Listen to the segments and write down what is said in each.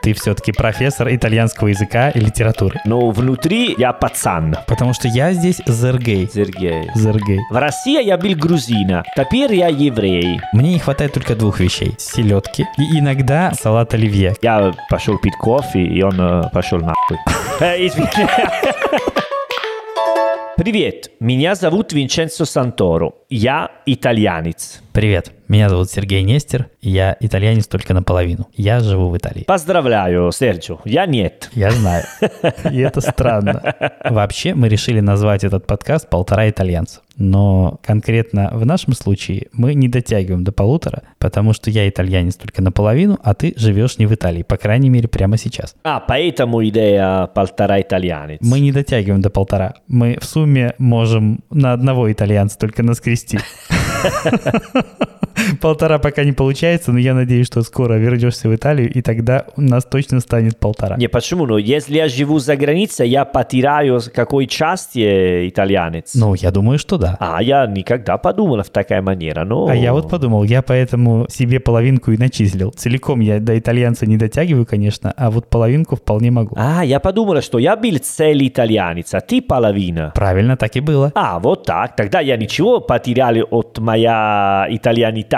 ты все-таки профессор итальянского языка и литературы. Но внутри я пацан. Потому что я здесь зергей. Сергей. Зергей. В России я был грузина, теперь я еврей. Мне не хватает только двух вещей. Селедки и иногда салат оливье. Я пошел пить кофе, и он э, пошел нахуй. Э, извини. Привет, меня зовут Винченцо Санторо. Я итальянец. Привет, меня зовут Сергей Нестер, я итальянец только наполовину. Я живу в Италии. Поздравляю, Серджио. Я нет. Я знаю. И это странно. Вообще, мы решили назвать этот подкаст «Полтора итальянца». Но конкретно в нашем случае мы не дотягиваем до полутора, потому что я итальянец только наполовину, а ты живешь не в Италии, по крайней мере, прямо сейчас. А, поэтому идея полтора итальянец. Мы не дотягиваем до полтора. Мы в сумме можем на одного итальянца только наскрести. Полтора пока не получается, но я надеюсь, что скоро вернешься в Италию, и тогда у нас точно станет полтора. Не, почему? Но если я живу за границей, я потеряю с какой части э, итальянец. Ну, я думаю, что да. А я никогда подумал в такая манера, но... А я вот подумал, я поэтому себе половинку и начислил. Целиком я до итальянца не дотягиваю, конечно, а вот половинку вполне могу. А, я подумал, что я был цель итальянец, а ты половина. Правильно, так и было. А, вот так. Тогда я ничего потерял от моя итальянита.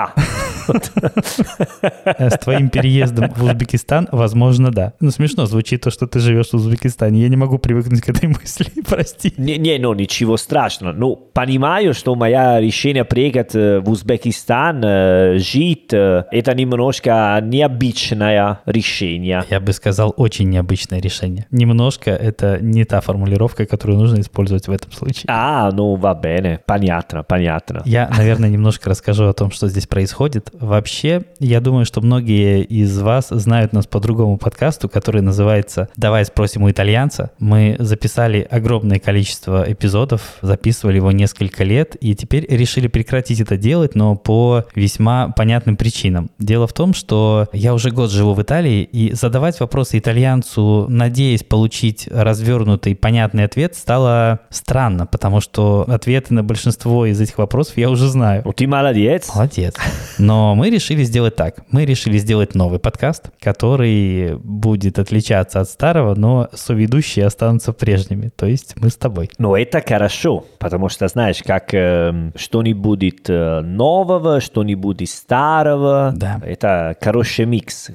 Э, С твоим переездом в Узбекистан, возможно, да. Ну, смешно звучит то, что ты живешь в Узбекистане. Я не могу привыкнуть к этой мысли, прости. Не, не, ну ничего страшного. Ну, понимаю, что моя решение приехать э, в Узбекистан, э, жить, э, это немножко необычное решение. Я бы сказал, очень необычное решение. Немножко это не та формулировка, которую нужно использовать в этом случае. А, ну, Ah, va bene, понятно, понятно. Я, наверное, немножко расскажу о том, что здесь происходит. Вообще, я думаю, что многие из вас знают нас по другому подкасту, который называется «Давай спросим у итальянца». Мы записали огромное количество эпизодов, записывали его несколько лет, и теперь решили прекратить это делать, но по весьма понятным причинам. Дело в том, что я уже год живу в Италии, и задавать вопросы итальянцу, надеясь получить развернутый, понятный ответ, стало странно, потому что ответы на большинство из этих вопросов я уже знаю. Ну, ты молодец. Молодец. Но мы решили сделать так. Мы решили сделать новый подкаст, который будет отличаться от старого, но соведущие останутся прежними. То есть мы с тобой. Но это хорошо, потому что, знаешь, как эм, что не будет э, нового, что не будет старого. Да. Это хороший микс.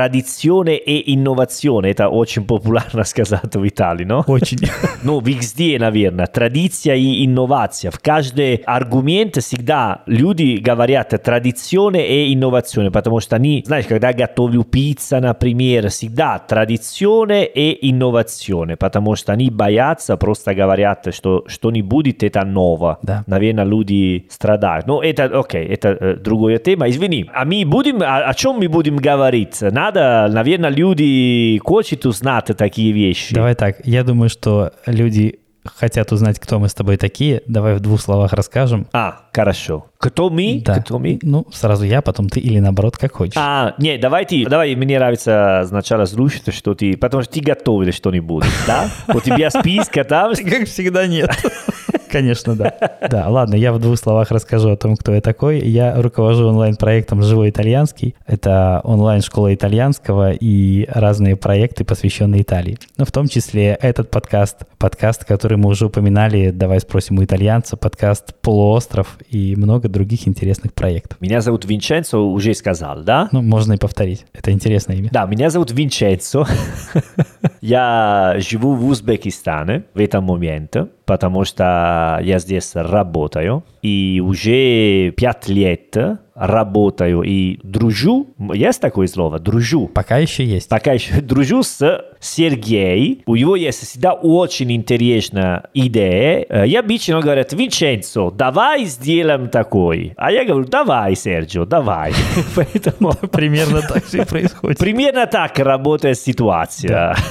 Традиционе и инновационе. Это очень популярно сказать в Италии, но? Очень. Ну, везде, наверное, традиция и инновация. В каждый аргумент всегда люди говорят традиционе и инновационе, потому что они, знаешь, когда готовлю пицца, например, всегда традиционе и инновационе, потому что они боятся, просто говорят, что что не будет, это ново. Да. Наверное, люди страдают. Но это, окей, это э, другая тема. Извини, а мы будем, о, о чем мы будем говорить? Надо, наверное, люди хочет узнать такие вещи. Давай так. Я думаю, что люди хотят узнать, кто мы с тобой такие. Давай в двух словах расскажем. А, хорошо. Кто мы? Да. Кто мы? Ну, сразу я, потом ты или наоборот, как хочешь. А, не, давай ты, давай, мне нравится сначала слушать, что ты, потому что ты готовил что-нибудь, да? У тебя списка там, Как всегда, нет. Конечно, да. Да, ладно, я в двух словах расскажу о том, кто я такой. Я руковожу онлайн-проектом «Живой итальянский». Это онлайн-школа итальянского и разные проекты, посвященные Италии. Но в том числе этот подкаст, подкаст, который мы уже упоминали, «Давай спросим у итальянца», подкаст «Полуостров» и много других интересных проектов. Меня зовут Винченцо, уже сказал, да? Ну, можно и повторить. Это интересное имя. Да, меня зовут Винченцо. Я живу в Узбекистане в этом моменте, потому что я здесь работаю. И уже пять лет работаю и дружу. Есть такое слово? Дружу. Пока еще есть. Пока еще а дружу с Сергеем. У него есть всегда очень интересная идея. Э, И обычно говорят, Винченцо, давай сделаем такой. А я говорю, давай, Серджио, давай. Поэтому Примерно так все и происходит. примерно так работает ситуация.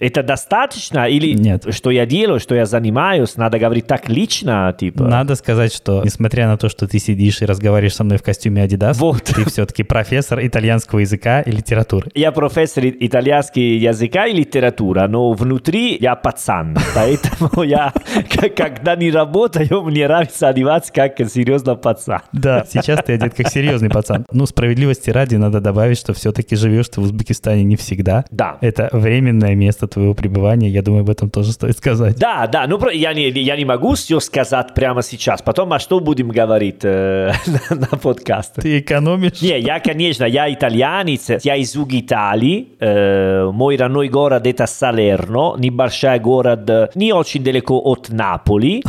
Это достаточно или Нет. что я делаю, что я занимаюсь, надо говорить так лично, типа. Надо сказать, что несмотря на то, что ты сидишь и разговариваешь со мной в костюме Adidas, Вот. ты все-таки профессор итальянского языка и литературы. Я профессор и- итальянского языка и литература, но внутри я пацан, поэтому я, к- когда не работаю, мне нравится одеваться как серьезно пацан. Да, сейчас ты одет как серьезный пацан. Ну, справедливости ради надо добавить, что все-таки живешь ты в Узбекистане не всегда. Да. Это временное место твоего пребывания, я думаю, об этом тоже стоит сказать. Да, да, ну про- я не, я не могу все сказать прямо сейчас, потом, а что будем говорить э, на, на подкасте? Ты экономишь? Не, я, конечно, я итальянец, я из юга Италии, э, мой родной город это Салерно, небольшой город э, не очень далеко от Наполи,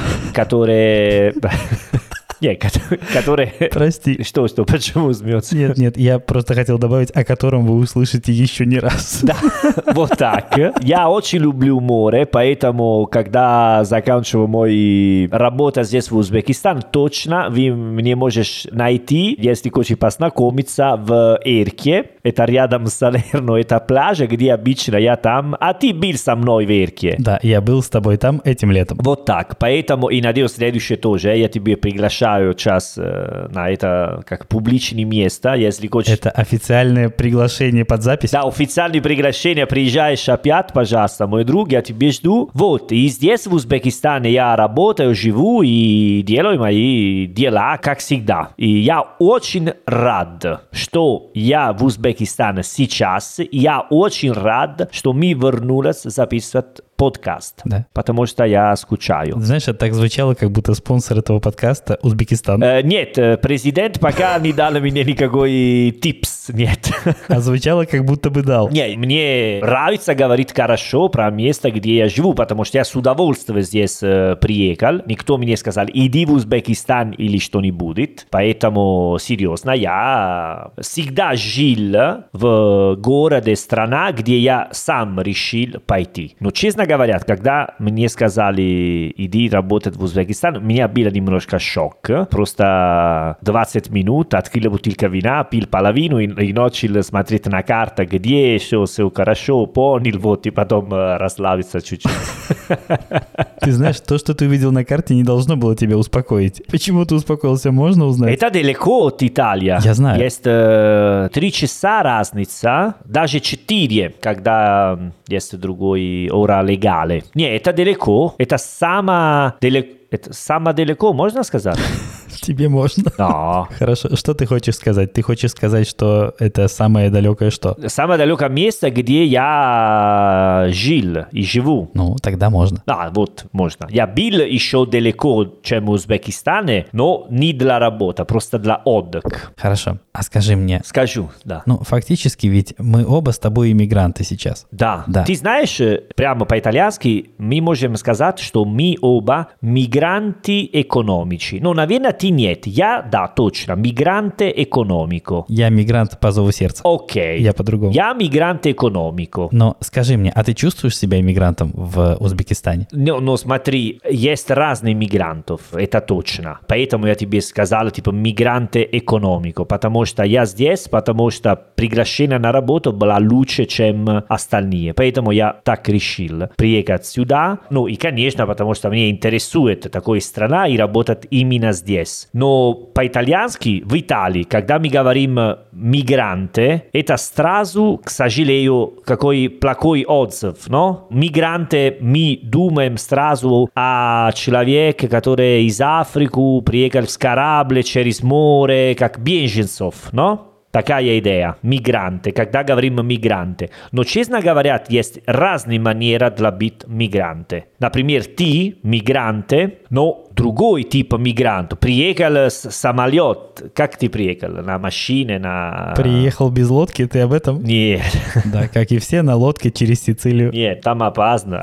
который... Не, кото- который... Прости. Что, что, почему смеется? Нет, нет, я просто хотел добавить, о котором вы услышите еще не раз. Да, вот так. Я очень люблю море, поэтому, когда заканчиваю мой работа здесь в Узбекистане, точно вы мне можешь найти, если хочешь познакомиться, в Эрке. Это рядом с Салерно, это пляж, где обычно я там. А ты был со мной в Эрке. Да, я был с тобой там этим летом. Вот так. Поэтому и надеюсь, следующее тоже. Я тебе приглашаю час э, на это как публичное место, если хочешь. Это официальное приглашение под запись. Да, официальные приглашения, приезжаешь опять, пожалуйста, мой друг, я тебя жду. Вот, и здесь, в Узбекистане, я работаю, живу и делаю мои дела, как всегда. И я очень рад, что я в Узбекистане сейчас. Я очень рад, что мы вернулись записывать подкаст. Да. Потому что я скучаю. Знаешь, это так звучало, как будто спонсор этого подкаста Узбекистан. Э, нет, э, президент пока не дал мне никакой типс, нет. А звучало, как будто бы дал. Не, мне нравится говорить хорошо про место, где я живу, потому что я с удовольствием здесь э, приехал. Никто мне сказал, иди в Узбекистан или что-нибудь. Поэтому, серьезно, я всегда жил в городе, страна, где я сам решил пойти. Но, честно говоря, когда мне сказали, иди работать в Узбекистан, у меня было немножко шок. Просто 20 минут, открыл бутылка вина, пил половину и, и начал смотреть на карты, где все, все хорошо, понял, вот, и потом э, расслабиться чуть-чуть. Ты знаешь, то, что ты увидел на карте, не должно было тебя успокоить. Почему ты успокоился, можно узнать? Это далеко от Италии. Я знаю. Есть э, три часа разница, даже четыре, когда м, есть другой ора легале. Не, это далеко. Это сама далеко. Это сама далеко, можно сказать? Тебе можно. Э. Да. Хорошо, что ты хочешь сказать? Ты хочешь сказать, что это самое далекое что? Самое далекое место, где я жил и живу. Ну, тогда можно. Да, вот, можно. Я был еще далеко, чем в Узбекистане, но не для работы, просто для отдыха. Хорошо. А скажи мне, Скажу, да. ну, фактически ведь мы оба с тобой иммигранты сейчас. Да. Да. Ты знаешь, э, прямо по-итальянски мы можем сказать, что мы оба мигранты экономичи. Ну, наверное, ты нет. Я, да, точно, мигранты экономико. Я мигрант по зову сердца. Окей. Я по-другому. Я мигрант экономико. Но скажи мне, а ты чувствуешь себя иммигрантом в Узбекистане? Но, но смотри, есть разные мигрантов, это точно. Поэтому я тебе сказал, типа, мигранты экономико, потому что я здесь, потому что приглашение на работу было лучше, чем остальные. Поэтому я так решил приехать сюда. Ну и, конечно, потому что меня интересует такая страна и работать именно здесь. Но по-итальянски, в Италии, когда мы говорим э, мигранты, это сразу, к сожалению, какой плохой отзыв, но? Мигранты, мы думаем сразу о человеке, который из Африки приехал с корабля через море, как беженцев, но? Такая идея, мигранты, когда говорим мигранты. Но, честно говоря, есть разные манеры для быть мигранты. Например, ты, мигранты, но другой тип мигрант. Приехал с самолет. Как ты приехал? На машине, на... Приехал без лодки, ты об этом? А. Нет, Да, как и все, на лодке через Сицилию. нет, там опасно.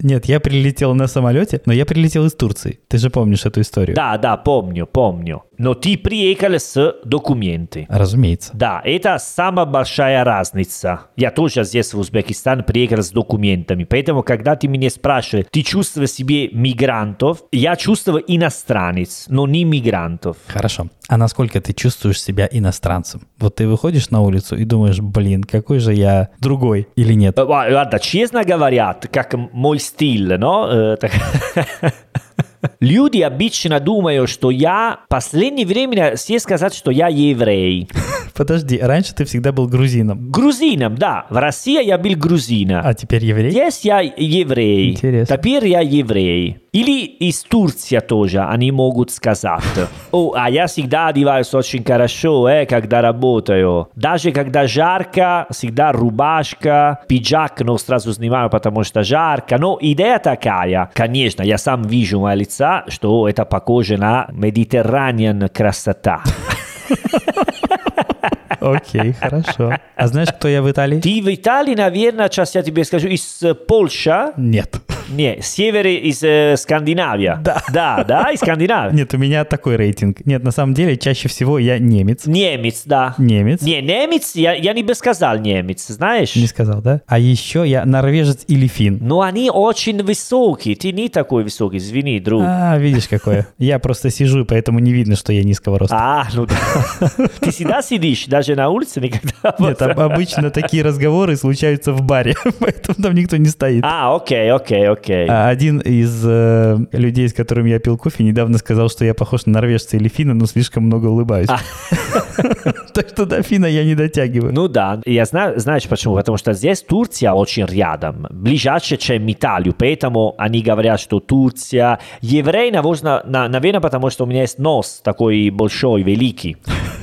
Нет, я прилетел на самолете, но я прилетел из Турции. Ты же помнишь эту историю? Да, да, помню, помню. но ти приехали с документы. Разумеется. Да, это самая большая разница. Я тоже здесь, в Узбекистан, приехал с документами. Поэтому, когда ты меня спрашиваешь, ты чувствуешь себе мигрантов, я чувствую иностранец, но не мигрантов. Хорошо. А насколько ты чувствуешь себя иностранцем? Вот ты выходишь на улицу и думаешь, блин, какой же я другой или нет? Э, ва- Guarda, честно говоря, т- как мой стиль, но... э, так- Люди обычно думают, что я... Последнее время все сказать, что я еврей. Подожди, раньше ты всегда был грузином, Грузином, да. В России я был грузином. а теперь еврей? Здесь я еврей. Интересно. Теперь я еврей. Или из Турции тоже они могут сказать. О, а я всегда одеваюсь очень хорошо, э, когда работаю. Даже когда жарко, всегда рубашка, пиджак, но сразу снимаю, потому что жарко. Но идея такая. Конечно, я сам вижу мое лица, что это похоже на медiterranean красота. Окей, хорошо. А знаешь, кто я в Италии? Ты в Италии, наверное, сейчас я тебе скажу, из э, Польши, Нет. Не, север из э, Скандинавия. Да. Да, да, из Скандинавии. Нет, у меня такой рейтинг. Нет, на самом деле, чаще всего я немец. Немец, да. Немец. Не, немец, я, я не бы сказал немец, знаешь? Не сказал, да? А еще я норвежец или фин. Но они очень высокие, ты не такой высокий, извини, друг. А, А, видишь какое. Я просто сижу, и поэтому не видно, что я низкого роста. ну да. Ты всегда сидишь, даже на улице никогда. Нет, об- обычно такие разговоры случаются в баре, поэтому там никто не стоит. А, окей, окей, окей. А Один из э, людей, с которым я пил кофе, недавно сказал, что я похож на норвежца или финна, но слишком много улыбаюсь. Так что до финна я не дотягиваю. А. Ну да, я знаю, знаешь почему? Потому что здесь Турция очень рядом, ближайше, чем Италию, поэтому они говорят, что Турция... Еврей, наверное, наверное, потому что у меня есть нос такой большой, великий.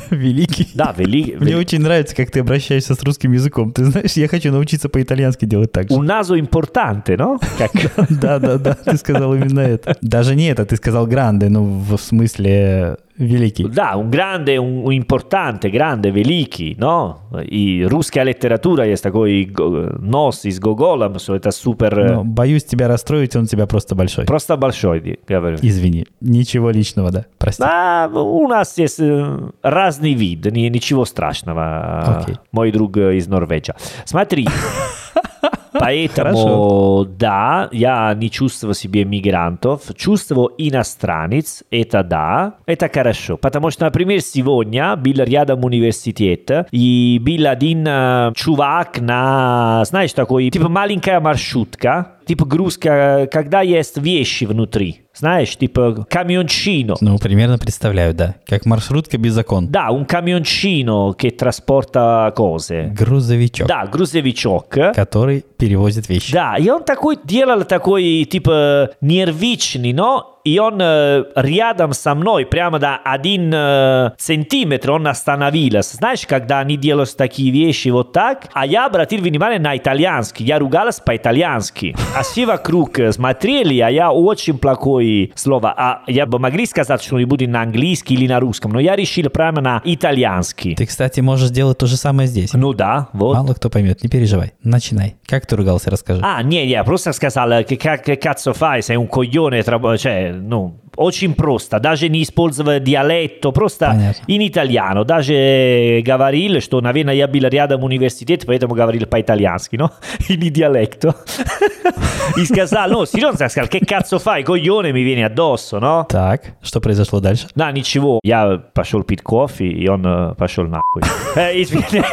Великий. Да, вели... Мне вели- очень нравится, как ты обращаешься с русским языком. Ты знаешь, я хочу научиться по-итальянски делать так же. Un naso importante, no? Как... Да, да, да, ты сказал именно это. Даже не это, ты сказал гранде, ну, в смысле э, великий. Да, un grande, un, un importante, grande, великий, но? И русская литература есть такой го- нос из Гоголем, что это супер... э, Но боюсь тебя расстроить, он у тебя просто большой. Просто большой, говорю. Извини, ничего личного, да, прости. Да, у нас есть э, разный вид, ни- ничего страшного. Окей. Мой друг э, из Норвегии. Смотри, поэтому, да, я не чувствую себе мигрантов, чувствую иностранец, это да, это хорошо. Потому что, например, сегодня был рядом университет, и был один э, чувак на, знаешь, такой, типа маленькая маршрутка, типа грузка, когда есть вещи внутри, знаешь, типа камиончино. Ну, примерно представляю, да, как маршрутка без окон. Da, un camioncino che trasporta cose. Грузовичок, Da, грузовичок. который перевозит вещи. Да, и он такой делал такой, типа, нервичный, но и он э, рядом со мной, прямо до один э, сантиметр он остановился. Знаешь, когда они делают такие вещи вот так, а я обратил внимание на итальянский, я ругалась по-итальянски. А все вокруг э, смотрели, а я очень плохое слово. А я бы могли сказать что-нибудь на английский или на русском, но я решил прямо на итальянский. Ты, кстати, можешь делать то же самое здесь. Ну да, вот. Мало кто поймет, не переживай. Начинай. Как ты ругался, расскажи. Ah, niente, yeah, Prosta Scasal, che, ca- che cazzo fai? Sei un coglione, tra- cioè, no. Oggi in prosta, dace ni spolzava dialetto, prosta Понятно. in italiano, dace gavaril, sto na vena я был рядом университет, поэтому говорил по-итальянски, no? In dialetto. Il Scasal, no, seriously Scasal, che cazzo fai? Coglione mi viene addosso, no? Так, что произошло дальше? Да, ничего, я пошел пить кофе, и он э, пошел нахуй. Э, извиняюсь.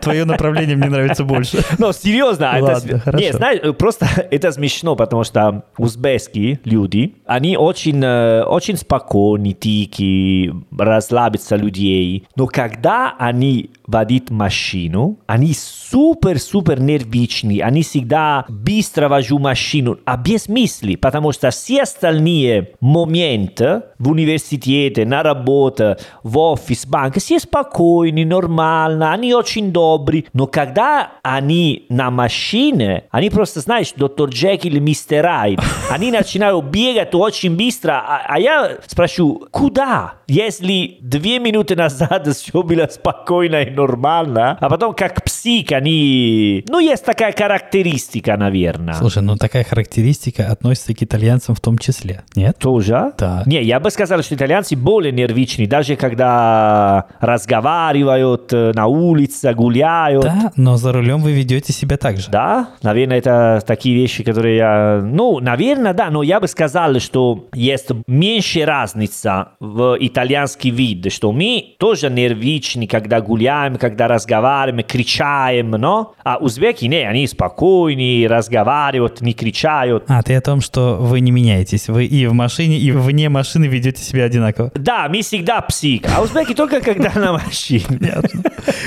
Твое направление мне нравится больше. Ну, серьезно, это... Ладно, сме- хорошо. Не, знаешь, э, просто это смешно, потому что узбекские люди, они очень, э, очень спокойны, тики, расслабятся людей. Но когда они водят машину, они супер-супер нервичные, они всегда быстро вожу машину, а без мысли, потому что все остальные моменты в университете, на работе, в офис, банк, все спокойны, нормально, они очень добрые, добрый, но когда они на машине, они просто, знаешь, доктор Джекил, мистер Hyde, они начинают бегать очень быстро, а, а я спрошу, куда? Если две минуты назад все было спокойно и нормально, а потом как псих они... Ну, есть такая характеристика, наверное. Слушай, ну такая характеристика относится к итальянцам в том числе, нет? Тоже? Да. Не, я бы сказал, что итальянцы более нервичны, даже когда разговаривают э, на улице, гуляют. Да, но за рулем вы ведете себя так же. Да, наверное, это такие вещи, которые я... Ну, наверное, да, но я бы сказал, что есть меньше разница в итальянский вид, что мы тоже нервичны, когда гуляем, когда разговариваем, кричаем, но... А узбеки, не, они спокойны, разговаривают, не кричают. А, ты о том, что вы не меняетесь. Вы и в машине, и вне машины ведете себя одинаково. Да, мы всегда псих, а узбеки только когда на машине. Понятно.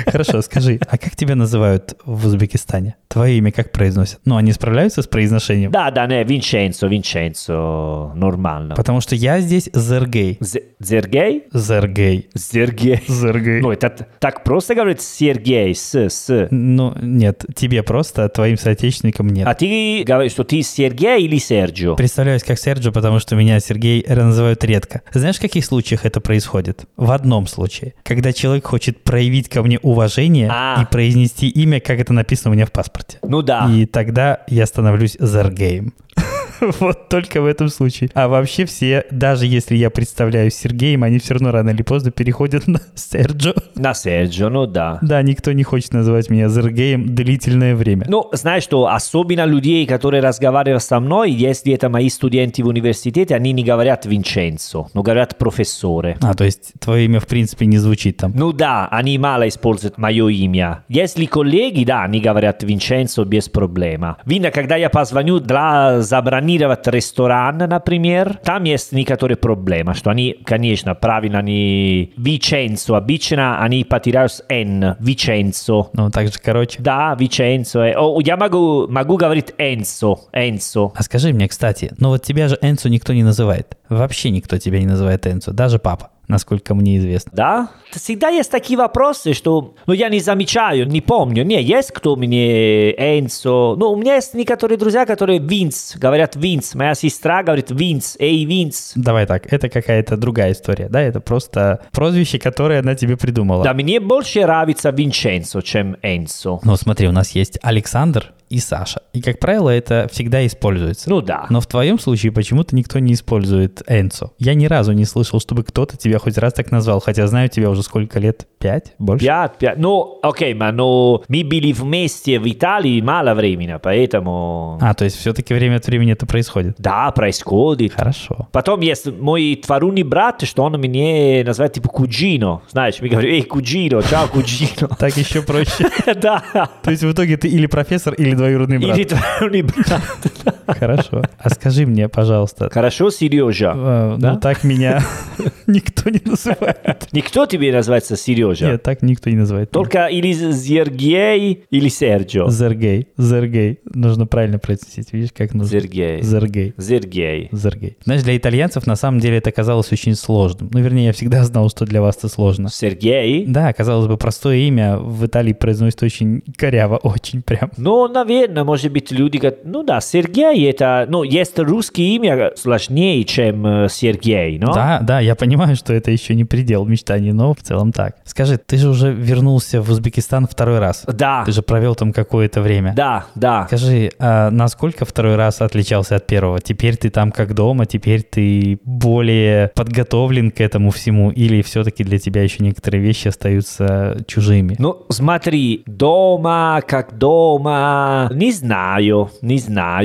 Хорошо, скажи, а как тебя называют в Узбекистане? Твое имя как произносят? Ну, они справляются с произношением? Да, да, не, Винченцо, Винченцо, нормально. Потому что я здесь Зергей. З- Зергей? Зергей. Зергей. Зергей. Ну, это т- так просто говорит Сергей, с, с. Ну, нет, тебе просто, а твоим соотечественникам нет. А ты говоришь, что ты Сергей или Серджио? Представляюсь как Серджо, потому что меня Сергей называют редко. Знаешь, в каких случаях это происходит? В одном случае. Когда человек хочет проявить ко мне уважение А. и произнести имя, как это написано у меня в паспорте. Ну да. И тогда я становлюсь Зергеем. Вот только в этом случае. А вообще все, даже если я представляюсь Сергеем, они все равно рано или поздно переходят на Серджо. На Серджио, ну да. Да, никто не хочет называть меня Зергеем длительное время. Ну, знаешь, что особенно людей, которые разговаривают со мной, если это мои студенты в университете, они не говорят Винченцо, но говорят профессоре. А, то есть твое имя в принципе не звучит там. Ну да, они мало используют мое имя. Если коллеги, да, они говорят Винченцо без проблема. Видно, когда я позвоню для забронировать ресторан, например, там есть некоторые проблемы, что они, конечно, правильно не Винченцо, обычно они потеряют с N, Винченцо. Ну, так же короче. Да, Винченцо. э. О, я могу, могу говорить Энсо, Энсо. А скажи мне, кстати, ну вот тебя же Энцу никто не называет. Вообще никто тебя не называет Энцу, даже папа, насколько мне известно. Да? Всегда есть такие вопросы, что ну, я не замечаю, не помню. Не, есть кто мне Энсо. Ну, у меня есть некоторые друзья, которые Винс, говорят Винс. Моя сестра говорит Винс, эй, Винс. Давай так, это какая-то другая история, да? Это просто прозвище, которое она тебе придумала. Да, мне больше нравится Винченцо, чем Энсо. Ну смотри, у нас есть Александр и Саша. И, как правило, это всегда используется. Ну да. Но в твоем случае почему-то никто не использует Энцо. Я ни разу не слышал, чтобы кто-то тебя хоть раз так назвал, хотя знаю тебя уже сколько лет? Пять? Больше? Пять, пять. Ну, окей, ма, но мы были вместе в Италии мало времени, поэтому... А, то есть все-таки время от времени это происходит. Да, происходит. Хорошо. Потом есть мой творунный брат, что он мне называет типа куджино. Знаешь, мы говорим, эй, куджино, чао, куджино. Так еще проще. Да. То есть в итоге ты или профессор, или двоюродный брат. Или творунный брат. Хорошо. А скажи мне, пожалуйста, Хорошо, Сережа. э, Да? ну так меня никто не называет. Никто тебе называется Сережа? Нет, так никто не называет. Только или Сергей, или Серджо. Зергей. Зергей. Нужно правильно произносить. Видишь, как называется? Сергей. Зергей. Сергей. Зергей. Знаешь, для итальянцев на самом деле это оказалось очень сложным. Ну, вернее, я всегда знал, что для вас это сложно. Ну, Сергей? Да, казалось бы, простое имя в Италии произносит очень коряво, очень прям. Ну, наверное, может быть, люди... ко- Ну да, Сергей это... Ну, есть русские имя сложнее, чем э, Сергей, но... Да, да, я понимаю, что это еще не предел мечтаний, но в целом так. Скажи, ты же уже вернулся в Узбекистан второй раз. Да, Ты же провел там какое-то время. да, да. Скажи, а насколько второй раз отличался от первого? Теперь ты там как дома, теперь ты более подготовлен к этому всему, или все-таки для тебя еще некоторые вещи остаются чужими? Ну, смотри, дома, как дома, не знаю, не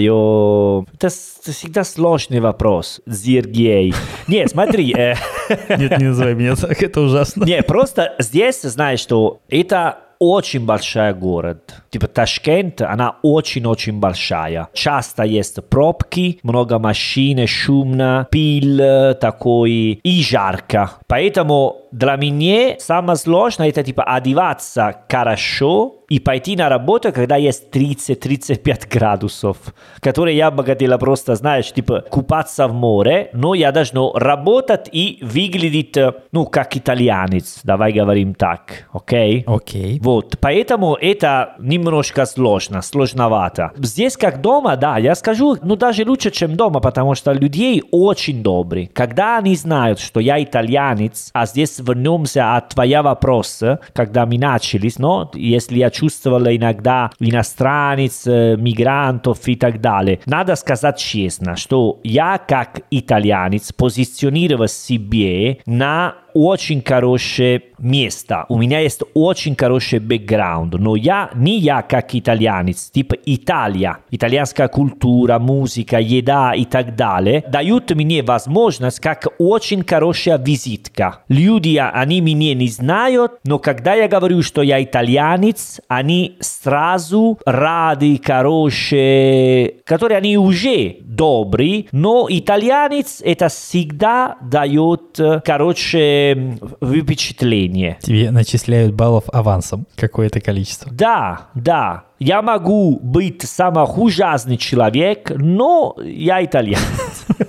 знаю. Это с- всегда сложный вопрос, Сергей. Не, смотри, э, Нет, не называй меня так, это ужасно. не, просто здесь, знаешь, что это очень большой город. Типа Ташкент, она очень-очень большая. Часто есть пробки, много машин, шумно, пил э, такой и жарко. Поэтому для меня самое сложное это типа одеваться хорошо и пойти на работу, когда есть 30-35 градусов, которые я бы хотела просто, знаешь, типа купаться в море, но я должен работать и выглядеть, э, ну, как итальянец, давай говорим так, окей? Окей. вот. Поэтому это немножко сложно, сложновато. Здесь как дома, да, я скажу, ну даже лучше, чем дома, потому что людей очень добры. Когда они знают, что я итальянец, а здесь вернемся от твоя вопроса, когда мы начались, но если я чувствовал иногда иностранец, э, мигрантов и так далее, надо сказать честно, что я как итальянец позиционировал себе на очень хорошее место. У меня есть очень хороший бэкграунд, но я не я как итальянец, типа Италия, итальянская культура, музыка, еда и так далее, дают мне возможность как очень хорошая визитка. Люди, они меня не знают, но когда я говорю, что я итальянец, они сразу рады, хорошие, которые они уже добры, но итальянец это всегда дает, короче, впечатление. Тебе начисляют баллов авансом какое-то количество. Да, да. Я могу быть самый ужасный человек, но я итальянец.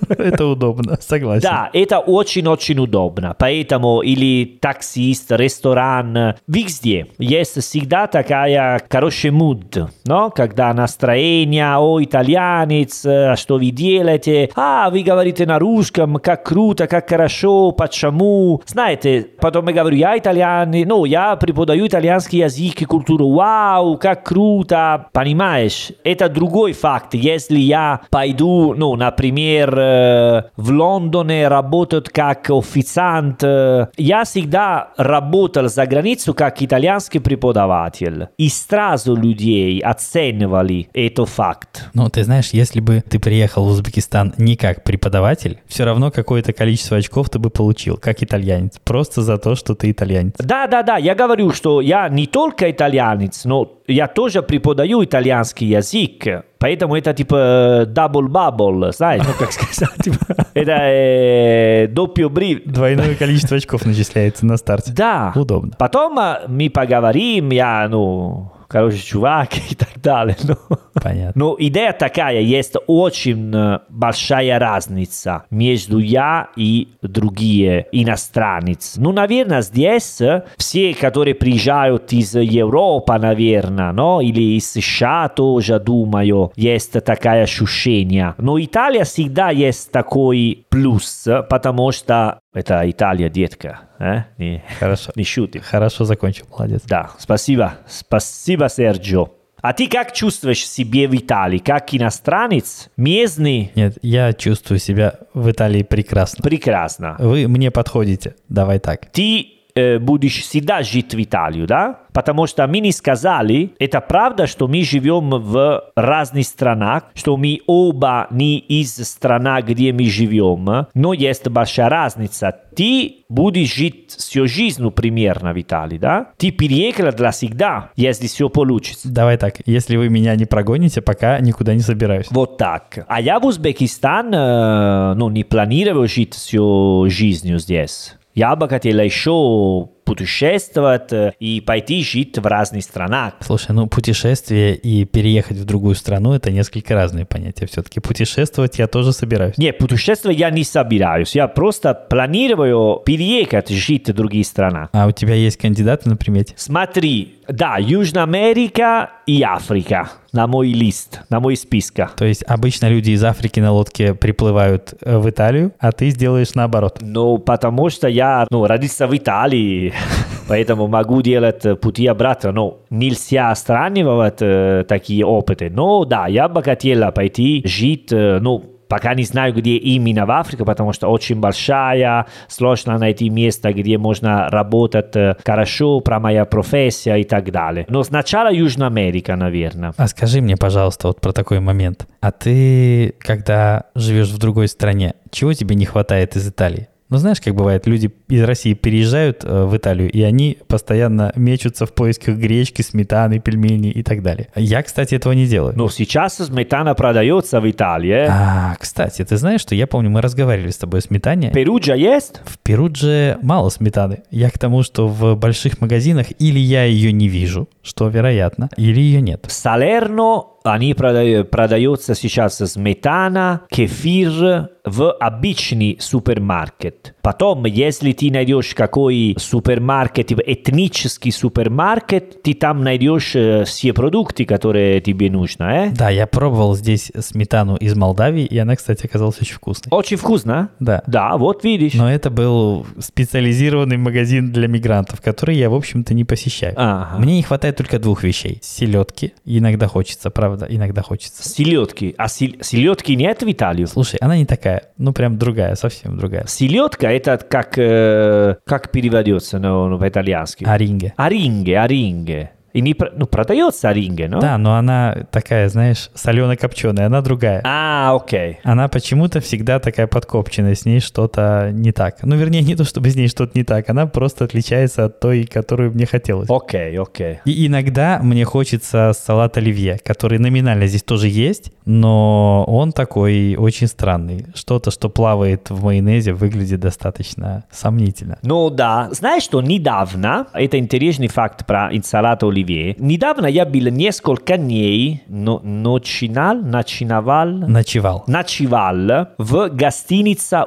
Это удобно, согласен. Да, это очень-очень удобно. Поэтому или таксист, ресторан, везде есть всегда такая хороший муд, но когда настроение, о, итальянец, что вы делаете, а, вы говорите на русском, как круто, как хорошо, почему. Знаете, потом я говорю, я итальянец, ну, я преподаю итальянский язык и культуру, вау, как круто, понимаешь? Это другой факт, если я пойду, ну, например, э, в Лондоне работают как официант. э, Я всегда работал за границу как итальянский преподаватель. И сразу людей оценивали это факт. Ну, ты знаешь, если бы ты приехал в Узбекистан не как преподаватель, все равно какое-то количество очков ты бы получил, как итальянец. Просто за то, что ты итальянец. Да, да, да. Я говорю, что я не только итальянец, но я тоже преподаю итальянский язык. Поэтому это типа double bubble, знаешь, ну как сказать, типа, это э, doppio брив. Двойное количество очков начисляется на старте. Да. Удобно. Потом мы поговорим, я, ну, короче, чувак и так далее. Но, Понятно. но Ну, идея такая, есть очень э, большая разница между я и другие иностранец. Ну, наверное, здесь э, все, которые приезжают из Европы, наверное, но, или из США тоже, думаю, есть такая ощущение. Но Италия всегда есть такой плюс, э, потому что это Италия, детка. Э? Не, Хорошо. не шутим. Хорошо закончил, молодец. Да, спасибо. Спасибо, Серджо. А ты как чувствуешь себе в Италии? Как иностранец? Местный? Нет, я чувствую себя в Италии прекрасно. Прекрасно. Вы мне подходите, давай так. Ты э, будешь всегда жить в Италии, да? Потому что мы не сказали, это правда, что мы живем в разных странах, что мы оба не из страны, где мы живем, но есть большая разница. Ты будешь жить всю жизнь ну, примерно в Италии, да? Ты переехала для всегда, если все получится. Давай так, если вы меня не прогоните, пока никуда не собираюсь. Вот так. А я в Узбекистан э, ну, не планировал жить всю жизнь здесь. Я бы хотел еще путешествовать э, и пойти жить в разных странах. Слушай, ну путешествие и переехать в другую страну это несколько разные понятия. Все-таки путешествовать я тоже собираюсь. Нет, путешествовать я не собираюсь. Я просто планирую переехать жить в другие страны. А у тебя есть кандидаты на примете? Смотри, да, Южная Америка и Африка на мой лист, на мой списка. То есть обычно люди из Африки на лодке приплывают э, в Италию, а ты сделаешь наоборот. Ну, потому что я ну, родился в Италии, поэтому могу делать э, пути обратно. Но нельзя сравнивать э, такие опыты. Но да, я бы хотела пойти жить, э, ну, пока не знаю, где именно в Африке, потому что очень большая, сложно найти место, где можно работать э, хорошо, про моя профессия и так далее. Но сначала Южная Америка, наверное. А скажи мне, пожалуйста, вот про такой момент. А ты, когда живешь в другой стране, чего тебе не хватает из Италии? Ну, знаешь, как бывает, люди из России переезжают э, в Италию, и они постоянно мечутся в поисках гречки, сметаны, пельменей и так далее. Я, кстати, этого не делаю. Но сейчас сметана продается в Италии. э. А, кстати, ты знаешь, что я помню, мы разговаривали с тобой о сметане. Перуджа есть? В Перудже мало сметаны. Я к тому, что в больших магазинах или я ее не вижу, что вероятно, или ее нет. Салерно, они прода- продается сейчас сметана, кефир в обычный супермаркет. Потом, если ты найдешь какой супермаркет, типа этнический супермаркет, ты там найдешь э, все продукты, которые тебе нужно, э? Да, я пробовал здесь сметану из Молдавии, и она, кстати, оказалась очень вкусной. Очень вкусно. Да. Да, вот видишь. Но это был специализированный магазин для мигрантов, который я, в общем-то, не посещаю. Ага. Мне не хватает только двух вещей. Селедки. Иногда хочется, правда, иногда хочется. Селедки. А сел- селедки нет в Италии? Слушай, она не такая, ну прям другая, совсем другая. Селедка это как, э, как переводится на, на по-итальянски? Аринге. Аринге, аринге. И не про- ну, продается аринге, но? Да, но она такая, знаешь, солено-копченая, она другая. А, окей. Она почему-то всегда такая подкопченная, с ней что-то не так. Ну, вернее, не то чтобы с ней что-то не так, она просто отличается от той, которую мне хотелось. Окей, окей. И иногда мне хочется салат оливье, который номинально здесь тоже есть, но он такой очень странный. Что-то, что плавает в майонезе, выглядит достаточно сомнительно. Ну да, знаешь что, недавно, это интересный факт про инсалат оливье, недавно я был несколько дней, но, начинал, начинавал, Ночевал. ночевал в гостинице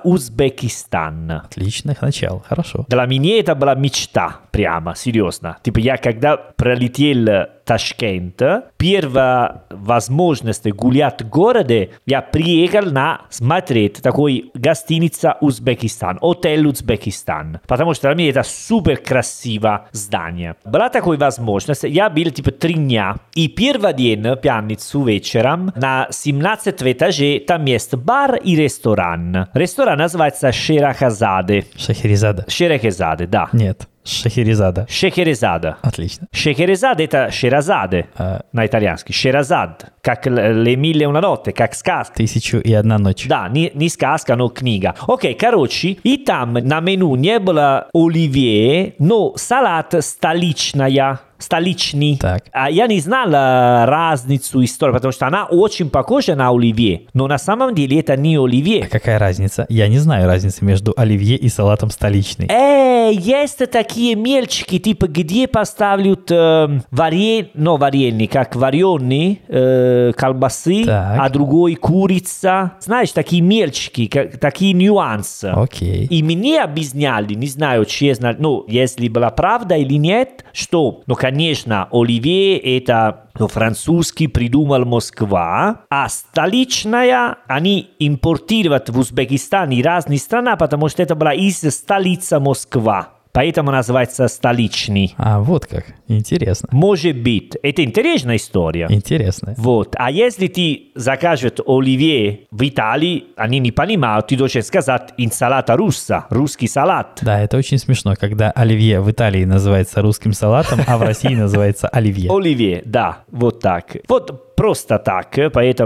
Узбекистан. Отличных начал, хорошо. Для меня это была мечта, прямо, серьезно. Типа я когда пролетел в Ташкент, первая возможность гулять в городе, я приехал на смотреть такой гостиница Узбекистан, отель Узбекистан. Потому что для меня это супер красиво здание. Была такая возможность, я был типа три дня. И первый день, пятницу вечером, на 17 этаже там есть бар и ресторан. Ресторан называется Шерахазаде. Шахерезада. Шерехезаде, да. Нет, Шахерезада. Шехерезада. Отлично. Шехерезада это Шеразаде А, на итальянский. Шеразад, как л- «Le mille e una notte», как сказка. Тысячу и одна ночь. Да, не, не сказка, но книга. Окей, короче, и там на меню не было оливье, но салат столичная, столичный. Так. А я не знал э, разницу истории, потому что она очень похожа на оливье, но на самом деле это не оливье. А какая разница? Я не знаю разницы между оливье и салатом столичный. Э, есть такие мельчики, типа где поставляют э, варен... ну, варенье, как вареные э, колбасы, Так. а другой курица. Знаешь, такие мельчики, как- такие нюансы. Окей. И мне объясняли, не знаю, честно, ну, если была правда или нет, что, ну, конечно, Оливье это ну, французский придумал Москва, а столичная они импортируют в Узбекистане разные страны, потому что это была из столицы Москва. Поэтому называется столичный. А вот как. Интересно. Может быть. Это интересная история. Интересно. Вот. А если ты закажешь оливье в Италии, они не понимают, ты должен сказать инсалата руса, русский салат. Да, это очень смешно, когда оливье в Италии называется русским салатом, а в России называется оливье. Оливье, да, вот так. Вот просто так,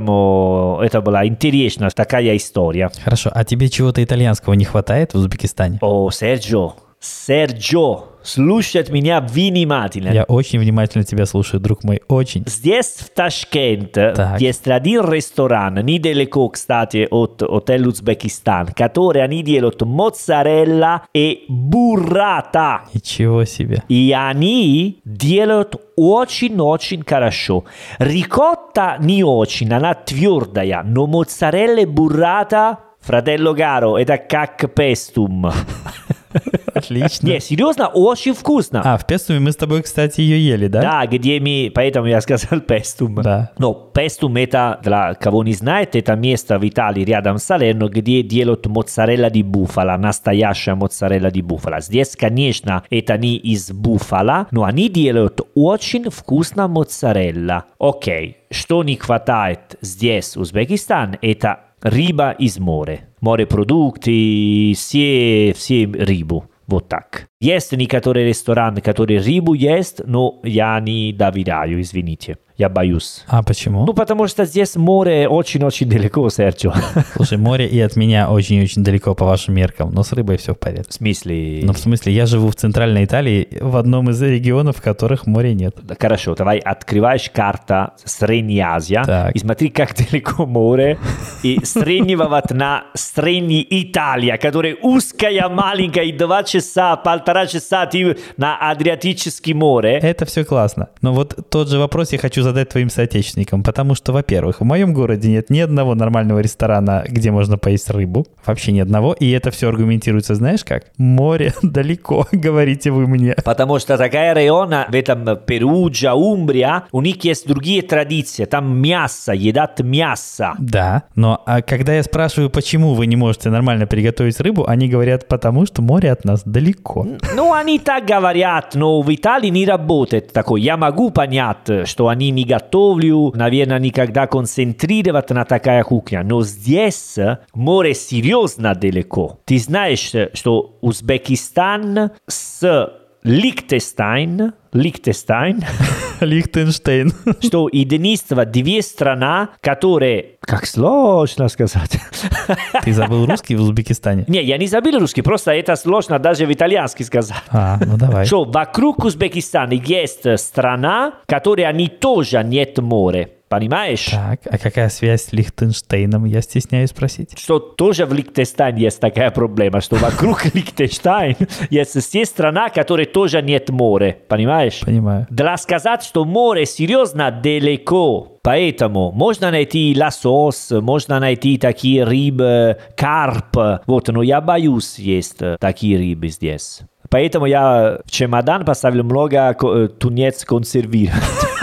поэтому это была интересная такая история. Хорошо, а тебе чего-то итальянского не хватает в Узбекистане? О, Серджо, Серджо, слушает меня внимательно. Я очень внимательно тебя слушаю, друг мой, очень. Здесь, в Ташкенте, Так. есть один ресторан, недалеко, кстати, от отеля Узбекистан, который они делают моцарелла и буррата. Ничего себе. И они делают очень-очень хорошо. Рикотта не очень, она твердая, но моцарелла буррата, fratello caro, это как пестум. Отлично. Не, серьезно, очень вкусно. А, в Пестуме мы с тобой, кстати, ее ели, да? Да, где мы, поэтому я сказал пестум. Да. Но пестум это, для кого не знает, это место в Италии рядом с Салерно, где делают моцарелла ди буфала, настоящая моцарелла ди буфала. Здесь, конечно, это не из буфала, но они делают очень вкусно моцарелла. Окей, что не хватает здесь, Узбекистан, это рыба из моря. Морепродукты, все, все рыбу. Вот так. Есть некоторые рестораны, которые рыбу ест, но я не доверяю, извините. я боюсь. А почему? Ну, потому что здесь море очень-очень далеко, Серджо. Слушай, море и от меня очень-очень далеко по вашим меркам, но с рыбой все в порядке. В смысле? Ну, в смысле, я живу в центральной Италии, в одном из регионов, в которых моря нет. Да, Хорошо, давай открываешь карта Средней Азии а? Так. и смотри, как далеко море и среднего ватна Средней Италия, которая узкая, маленькая, и два часа, полтора часа ты на Адриатическое море. Это все классно. Но вот тот же вопрос я хочу задать твоим соотечественникам, потому что, во-первых, в моем городе нет ни одного нормального ресторана, где можно поесть рыбу. Вообще ни одного. И это все аргументируется, знаешь как? Море далеко, говорите вы мне. Потому что такая района, в этом Перуджа, Умбрия, у них есть другие традиции. Там мясо, едят мясо. Да, но а когда я спрашиваю, почему вы не можете нормально приготовить рыбу, они говорят, потому что море от нас далеко. Ну, они так говорят, но в Италии не работает такой. Я могу понять, что они не готовлю, наверное, никогда концентрировать на такая кухня. Но здесь э, море серьезно далеко. Ты знаешь, э, что Узбекистан с Лихтенштейн, Лихтенштейн, Лихтенштейн. что единство две страны, которые... Как сложно сказать. Ты забыл русский в Узбекистане? Не, я не забыл русский, просто это сложно даже в итальянский сказать. А, ну давай. Что вокруг Узбекистана есть страна, которой они тоже нет моря. Понимаешь? Так, а какая связь с Лихтенштейном, я стесняюсь спросить. Что тоже в Лихтенштейне есть такая така проблема, что вокруг Лихтенштейн есть все страна, которые тоже нет моря. Понимаешь? Понимаю. Для сказать, что море серьезно далеко. Поэтому можно найти лосос, можно найти такие рыбы, карп. Вот, но я боюсь есть такие рыбы здесь. Поэтому я в чемодан поставил много ко- э, тунец консервированных.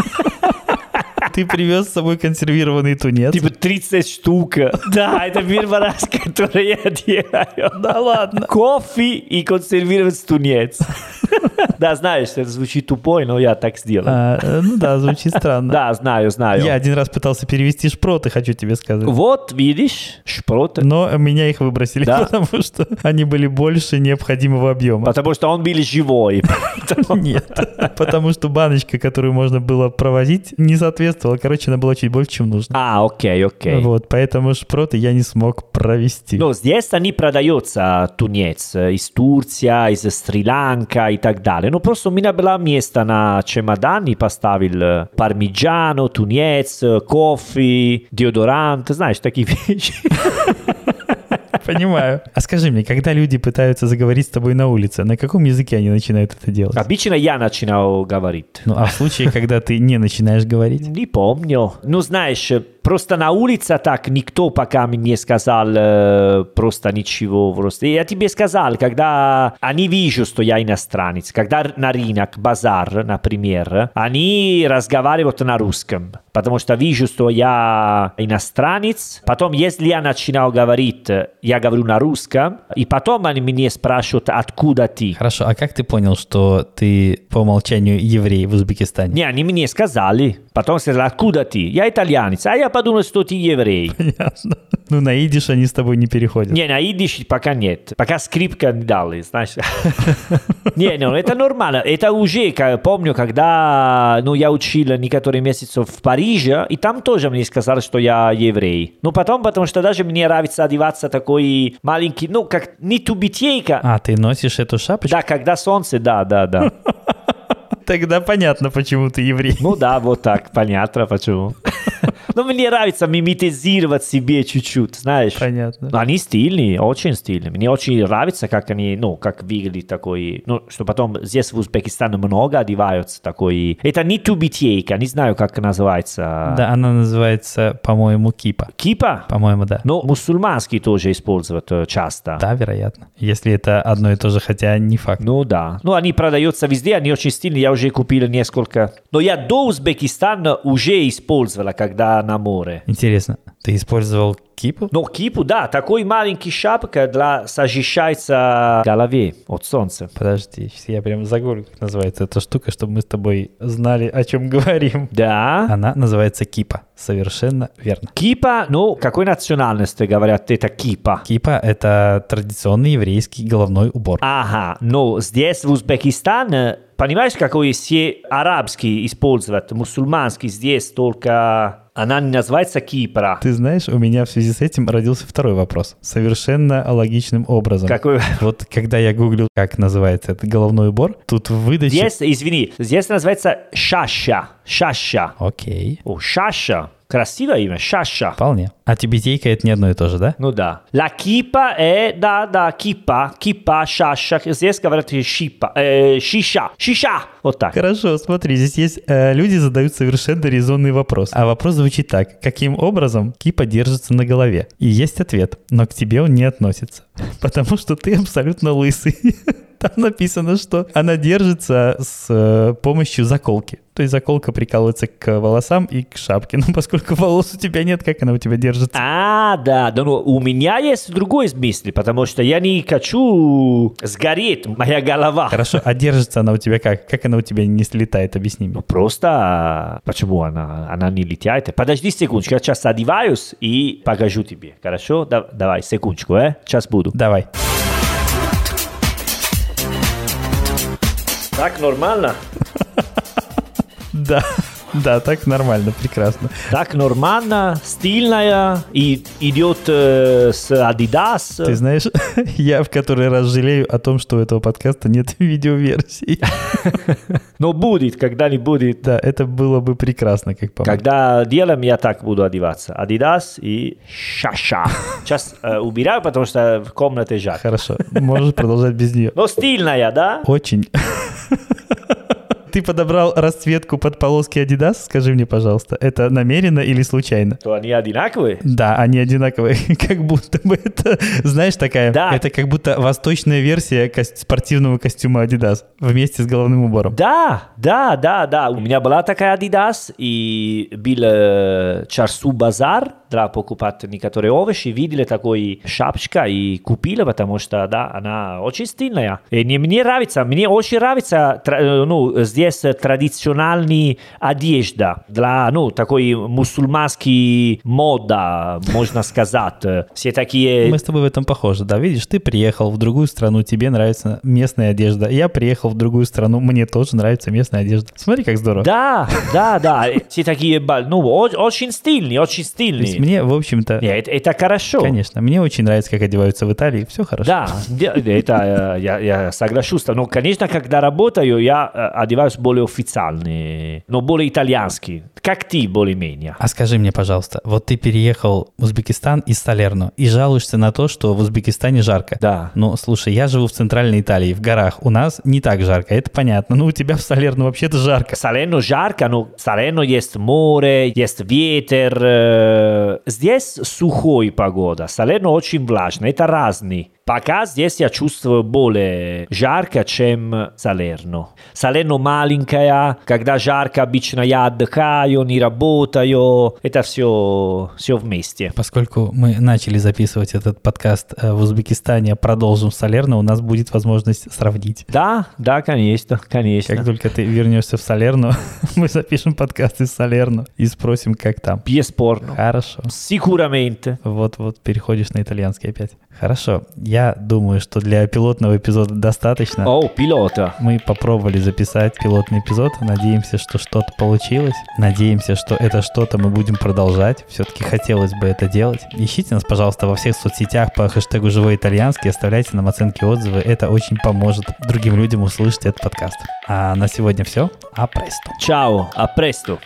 Ты привез с собой консервированный тунец? Типа 30 штук. Да, это первый раз, который я делаю. Да ладно. Кофе и консервированный тунец. Да, знаешь, это звучит тупой, но я так сделал. А, э, ну да, звучит странно. Да, знаю, знаю. Я один раз пытался перевести шпроты, хочу тебе сказать. Вот, видишь, шпрот. Но меня их выбросили, Да. потому что они были больше необходимого объема. Потому что он был живой. Поэтому- Нет, потому что баночка, которую можно было провозить, не соответствовала. Короче, она была чуть больше, чем нужно. А, окей, окей. Ну, Вот, поэтому шпроты я не смог провести. Но здесь они продаются, тунец, э, из Турции, из Шри-Ланка и так далее. Но просто у меня было место на чемодане, поставил э, пармиджану, тунец, э, кофе, деодорант, знаешь, такие вещи. Понимаю. А скажи мне, когда люди пытаются заговорить с тобой на улице, на каком языке они начинают это делать? Обычно я начинал говорить. А, Ну, а в случае, когда ты не начинаешь говорить? Не помню. Ну, знаешь, просто на улице так никто пока мне не сказал э, просто ничего. Просто. Я тебе сказал, когда они вижу, что я иностранец, когда р- на рынок, базар, например, они разговаривают на русском, потому что вижу, что я иностранец. Потом, если я начинал говорить, э, я говорю на русском, и потом они меня спрашивают, откуда ты. Хорошо, а как ты понял, что ты по умолчанию еврей в Узбекистане? Не, они мне сказали, потом сказали, откуда ты? Я итальянец, а я подумал, что ты еврей. Понятно. Ну, на идиш они с тобой не переходят. Не, на идиш пока нет. Пока скрипка не дали, знаешь. Не, ну это нормально. Это уже, ка- помню, когда ну, я учил некоторые месяцы в Париже, и там тоже мне сказали, что я еврей. Но потом, потому что даже мне нравится одеваться такой маленький, ну, как не тубетейка. А, ты носишь эту шапочку? Да, когда солнце, да, да, да. Тогда понятно, почему ты еврей. Ну да, вот так, понятно почему. Но мне нравится мимитизировать себе чуть-чуть, знаешь. Понятно. Ну, Они стильные, очень стильные. Мне очень нравится, как они, ну, как выглядит такой... Ну, что потом здесь в Узбекистане много одеваются такой... Это не тубетейка, не знаю, как называется. Да, она называется, по-моему, кипа. Кипа? По-моему, да. Но мусульманский тоже используют э, часто. Да, вероятно. Если это одно и то же, хотя не факт. Ну да. Ну, они продаются везде, они очень стильные, я уже купил несколько. Но я до Узбекистана уже использовала, когда на море. Интересно, ты использовал кипу? Но кипу, да, такой маленький шапка для сожищается голове от солнца. Подожди, щас я прям загуглю, как называется эта штука, чтобы мы с тобой знали, о чем говорим. Да. Она называется кипа. Совершенно верно. Кипа, ну, какой национальности говорят, это кипа? Кипа — это традиционный еврейский головной убор. Ага, но здесь в Узбекистане э, Понимаешь, какой все арабский использовать, мусульманский здесь только... Она не называется Кипра. Ты знаешь, у меня в связи с этим родился второй вопрос. Совершенно логичным образом. Какой... Вот когда я гуглил, как называется этот головной убор, тут в выдаче... Здесь, извини, здесь называется Шаша. Шаша. Окей. О, Шаша. Красивое имя, Шаша. Вполне. А тибетейка это не одно и то же, да? Ну да. La кипа è да, да, кипа, кипа, шаша. Здесь говорят шипа, э, шиша, шиша. Вот так. Хорошо, смотри, здесь есть э, люди задают совершенно резонный вопрос. А вопрос звучит так. Каким образом кипа держится на голове? И есть ответ, но к тебе он не относится. Потому что ты абсолютно лысый. Там написано, что она держится с э, помощью заколки. То есть заколка прикалывается к волосам и к шапке. Но поскольку волос у тебя нет, как она у тебя держится? А, да, да, но у меня есть другой смысл, потому что я не хочу сгореть моя голова. Хорошо, а держится она у тебя как? Как она у тебя не слетает? Объясни мне. Ну, Просто а, почему она, она не летает? Подожди секундочку, я сейчас одеваюсь и покажу тебе, хорошо? Да- давай, секундочку, э? Сейчас буду. Давай. Так нормально? Да, да, так нормально, прекрасно. Так нормально, стильная, и идет э, с Adidas. Ты знаешь, я в который раз жалею о том, что у этого подкаста нет видеоверсии. Но будет, когда не будет. Да, это было бы прекрасно, как по мне. Когда делаем, я так буду одеваться. Adidas и Шаша. Сейчас э, убираю, потому что в комнате жарко. Хорошо, можешь продолжать без нее. Но стильная, да? Очень. Ты подобрал расцветку под полоски Adidas, скажи мне, пожалуйста, это намеренно или случайно? То они одинаковые? Да, они одинаковые, как будто бы это, знаешь, такая, Да. это как будто восточная версия кос- спортивного костюма Adidas вместе с головным убором. Да, да, да, да. У меня была такая Adidas, и был э, Чарсу базар для покупать некоторые овощи. Видели такой шапочка и купили, потому что, да, она очень стильная. И не- мне нравится, мне очень нравится, тра- э, ну, здесь традициональная одежда для, ну, такой мусульманский мода, можно сказать. Все такие... Мы с тобой в этом похожи, да, видишь, ты приехал в другую страну, тебе нравится местная одежда, я приехал в другую страну, мне тоже нравится местная одежда. Смотри, как здорово. Да, да, да. Все такие, ба- ну, о- очень стильные, очень То есть стильные. мне, в общем-то, Не, это, это хорошо. конечно, мне очень нравится, как одеваются в Италии, все хорошо. Да, де- это э, я, я соглашусь. Но, конечно, когда работаю, я э, одеваюсь более официальный, но более итальянский. Как ты, более-менее. А скажи мне, пожалуйста, вот ты переехал в Узбекистан из Салерно и жалуешься на то, что в Узбекистане жарко. Да. Ну, слушай, я живу в центральной Италии, в горах. У нас не так жарко, это понятно. Ну, у тебя в Салерно вообще-то жарко. Салерно жарко, но в Салерно есть море, есть ветер. э, Здесь сухой погода, Салерно очень влажно, это разный. Пока здесь я чувствую более жарко, чем Салерно. Салерно маленькая, когда жарко, обычно я отдыхаю, не работаю. Это все, все вместе. Поскольку мы начали записывать этот подкаст э, в Узбекистане, а продолжим в Салерно, у нас будет возможность сравнить. Да, да, конечно, конечно. Как только ты вернешься в Салерно, мы запишем подкаст из Салерно и спросим, как там. Бесспорно. Хорошо. Сикурamente. Вот-вот переходишь на итальянский опять. Хорошо, я думаю, что для пилотного эпизода достаточно. О, пилота. Мы попробовали записать пилотный эпизод, надеемся, что что-то получилось, надеемся, что это что-то мы будем продолжать, все-таки хотелось бы это делать. Ищите нас, пожалуйста, во всех соцсетях по хэштегу «Живой итальянский», оставляйте нам оценки и отзывы, это очень поможет другим людям услышать этот подкаст. А на сегодня все, а престо. Чао, а престо.